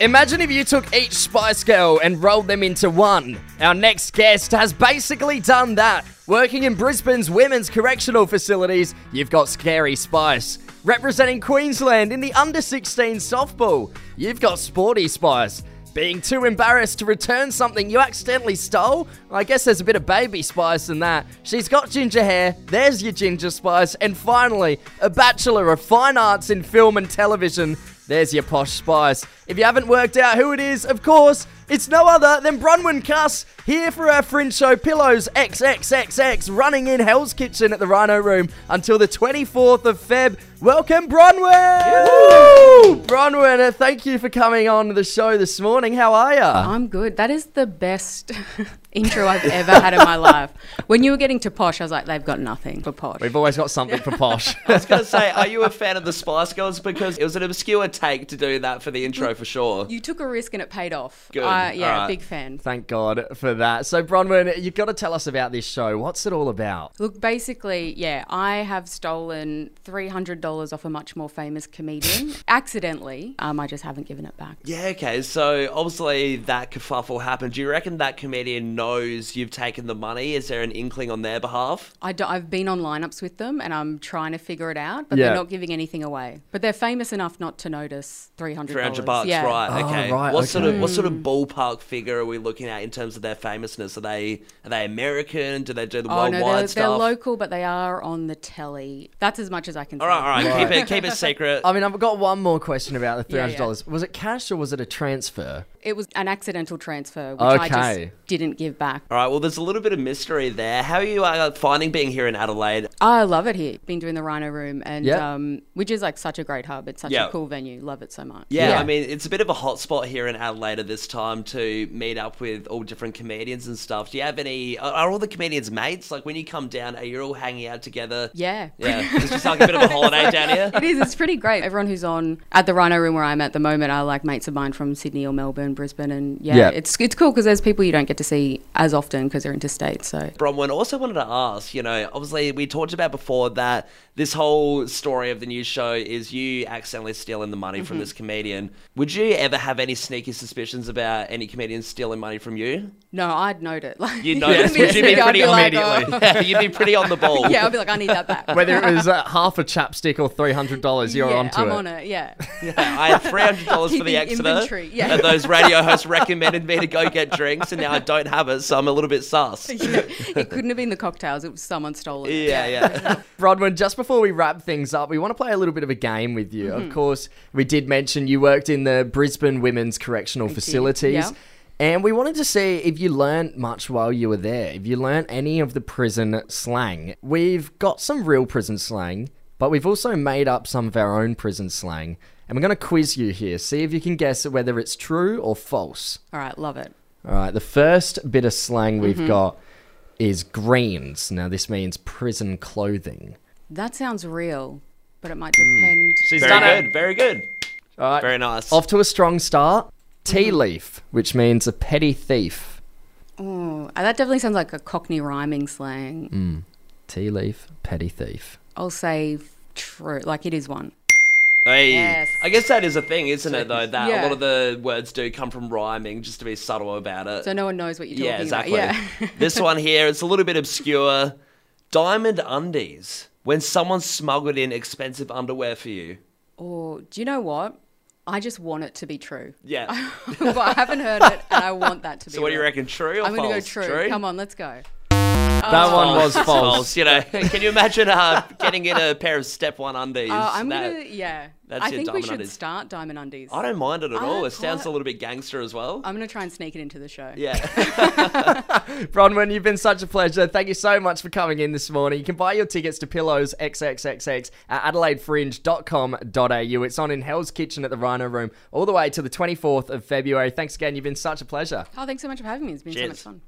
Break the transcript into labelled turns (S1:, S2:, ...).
S1: Imagine if you took each Spice Girl and rolled them into one. Our next guest has basically done that. Working in Brisbane's women's correctional facilities, you've got Scary Spice. Representing Queensland in the under 16 softball, you've got Sporty Spice. Being too embarrassed to return something you accidentally stole? I guess there's a bit of baby spice in that. She's got ginger hair, there's your ginger spice, and finally, a Bachelor of Fine Arts in Film and Television, there's your posh spice. If you haven't worked out who it is, of course, it's no other than Bronwyn Cuss here for our fringe show Pillows XXXX running in Hell's Kitchen at the Rhino Room until the 24th of Feb. Welcome, Bronwyn! Bronwyn, uh, thank you for coming on the show this morning. How are ya?
S2: I'm good. That is the best intro I've ever had in my life. When you were getting to posh, I was like, they've got nothing for posh.
S1: We've always got something for posh.
S3: I was going to say, are you a fan of the Spice Girls? Because it was an obscure take to do that for the intro for sure.
S2: You took a risk and it paid off.
S3: Good.
S2: Uh, yeah,
S3: Alright.
S2: big fan.
S1: Thank God for that. So, Bronwyn, you've got to tell us about this show. What's it all about?
S2: Look, basically, yeah, I have stolen $300 off a much more famous comedian accidentally. Um, I just haven't given it back.
S3: Yeah, okay. So obviously that kerfuffle happened. Do you reckon that comedian knows you've taken the money? Is there an inkling on their behalf?
S2: I do, I've been on lineups with them and I'm trying to figure it out, but
S1: Yeah.
S2: they're not giving anything away. But they're famous enough not to notice $300.
S3: 300 bucks,
S2: yeah. Hmm.
S3: right?
S1: Oh,
S3: Okay.
S1: right,
S3: what
S1: okay.
S3: sort of what sort of ballpark figure are we looking at in terms of their famousness? Are they are they American? Do they do the
S2: Oh,
S3: worldwide
S2: no, they're,
S3: stuff?
S2: they're local, but they are on the telly. That's as much as I can
S3: All
S2: say.
S3: right, all right. Keep it keep it secret.
S2: Oh.
S1: I mean, I've got one more question about the
S2: Yeah,
S1: $300.
S2: yeah.
S1: Was it cash or was it a transfer?
S2: It was an accidental transfer, which I
S1: Okay.
S2: just didn't give back.
S3: all right. Well, there's a little bit of mystery there. How are you uh, finding being here in Adelaide?
S2: I love it here. Been doing the Rhino Room, and
S1: Yeah.
S2: um, which is like such a great hub. It's such
S3: Yeah.
S2: a cool venue. Love it so much.
S3: Yeah, I mean, it's a bit of a hotspot here in Adelaide at this time to meet up with all different comedians and stuff. Do you have any? Are are all the comedians mates? Like when you come down, are you all hanging out together?
S2: Yeah.
S3: Yeah, it's just like a bit of a holiday down here.
S2: It is. It's pretty great. Everyone who's on at the Rhino Room where I'm at the moment are like mates of mine from Sydney or Melbourne, Brisbane, and yeah,
S1: Yeah.
S2: it's it's cool because there's people you don't get to see as often because they're interstate. So
S3: Bronwyn, also wanted to ask, you know, obviously we talked about before that this whole story of the new show is you accidentally stealing the money from
S2: Mm-hmm.
S3: this comedian. Would you ever have any sneaky suspicions about any comedian stealing money from you?
S2: no, I'd note it. Like
S3: You'd notice, would you be
S2: I'd
S3: pretty
S2: like,
S3: immediately?
S2: oh.
S3: You'd be pretty on the ball.
S2: yeah, I'd be like, I need that back.
S1: Whether it was uh, half a chapstick or $300, you're
S2: yeah,
S1: onto
S2: I'm
S1: it.
S2: on it. Yeah.
S3: I had three hundred dollars for the
S2: Keeping
S3: Exeter,
S2: inventory, yeah.
S3: and those radio hosts recommended me to go get drinks, and now I don't have it, so I'm a little bit sus. Yeah,
S2: it couldn't have been the cocktails. It was someone stolen. it.
S3: yeah.
S1: Bronwyn, just before we wrap things up, we want to play a little bit of a game with you.
S2: Mm-hmm.
S1: Of course, we did mention you worked in the Brisbane Women's Correctional Facilities.
S2: yeah.
S1: And we wanted to see if you learnt much while you were there, if you learnt any of the prison slang. We've got some real prison slang, but we've also made up some of our own prison slang. And we're going to quiz you here, see if you can guess whether it's true or false.
S2: All right, love it.
S1: All right, the first bit of slang we've got is greens. Now, this means prison clothing.
S2: That sounds real, but it might
S3: Hmm.
S2: depend.
S1: She's
S3: Very good, very good,
S1: All right.
S3: very nice.
S1: Off to a strong start. Tea leaf, which means a petty thief.
S2: Ooh, uh, that definitely sounds like a Cockney rhyming slang.
S3: Hmm.
S1: Tea leaf, petty thief.
S2: I'll say f- true. Like it is one.
S3: Hey.
S2: Yes.
S3: I guess that is a thing, isn't it? Though that a
S2: Yeah.
S3: lot of the words do come from rhyming, just to be subtle about it.
S2: So no one knows what you're talking
S3: yeah, exactly.
S2: about. Yeah.
S3: this one here, it's a little bit obscure. Diamond undies. When someone smuggled in expensive underwear for you.
S2: or do you know what? I just want it to be true.
S3: Yeah.
S2: but I haven't heard it, and I want that to be.
S3: So what do you
S2: real.
S3: reckon? True or
S2: I'm
S3: false?
S2: gonna go true. Come on, let's go.
S1: That one was
S3: It's
S1: false.
S3: Oh, You know, can you imagine uh, getting in a pair of step one undies?
S2: Oh, I'm
S3: That-
S2: gonna yeah.
S3: that's
S2: I
S3: your
S2: think we
S3: diamond
S2: should
S3: undies.
S2: start diamond undies.
S3: I don't mind it at
S2: I Uh,
S3: all. It
S2: don't
S3: sounds
S2: quite-
S3: a little bit gangster as well.
S2: I'm gonna try and sneak it into the show.
S3: yeah.
S1: Bronwyn, you've been such a pleasure. Thank you so much for coming in this morning. You can buy your tickets to Pillows XXXX at adelaidefringe.com.au. It's on in Hell's Kitchen at the Rhino Room all the way to the 24th of February. Thanks again. You've been such a pleasure.
S2: Oh, thanks so much for having me. It's been so much
S3: Cheers.
S2: fun.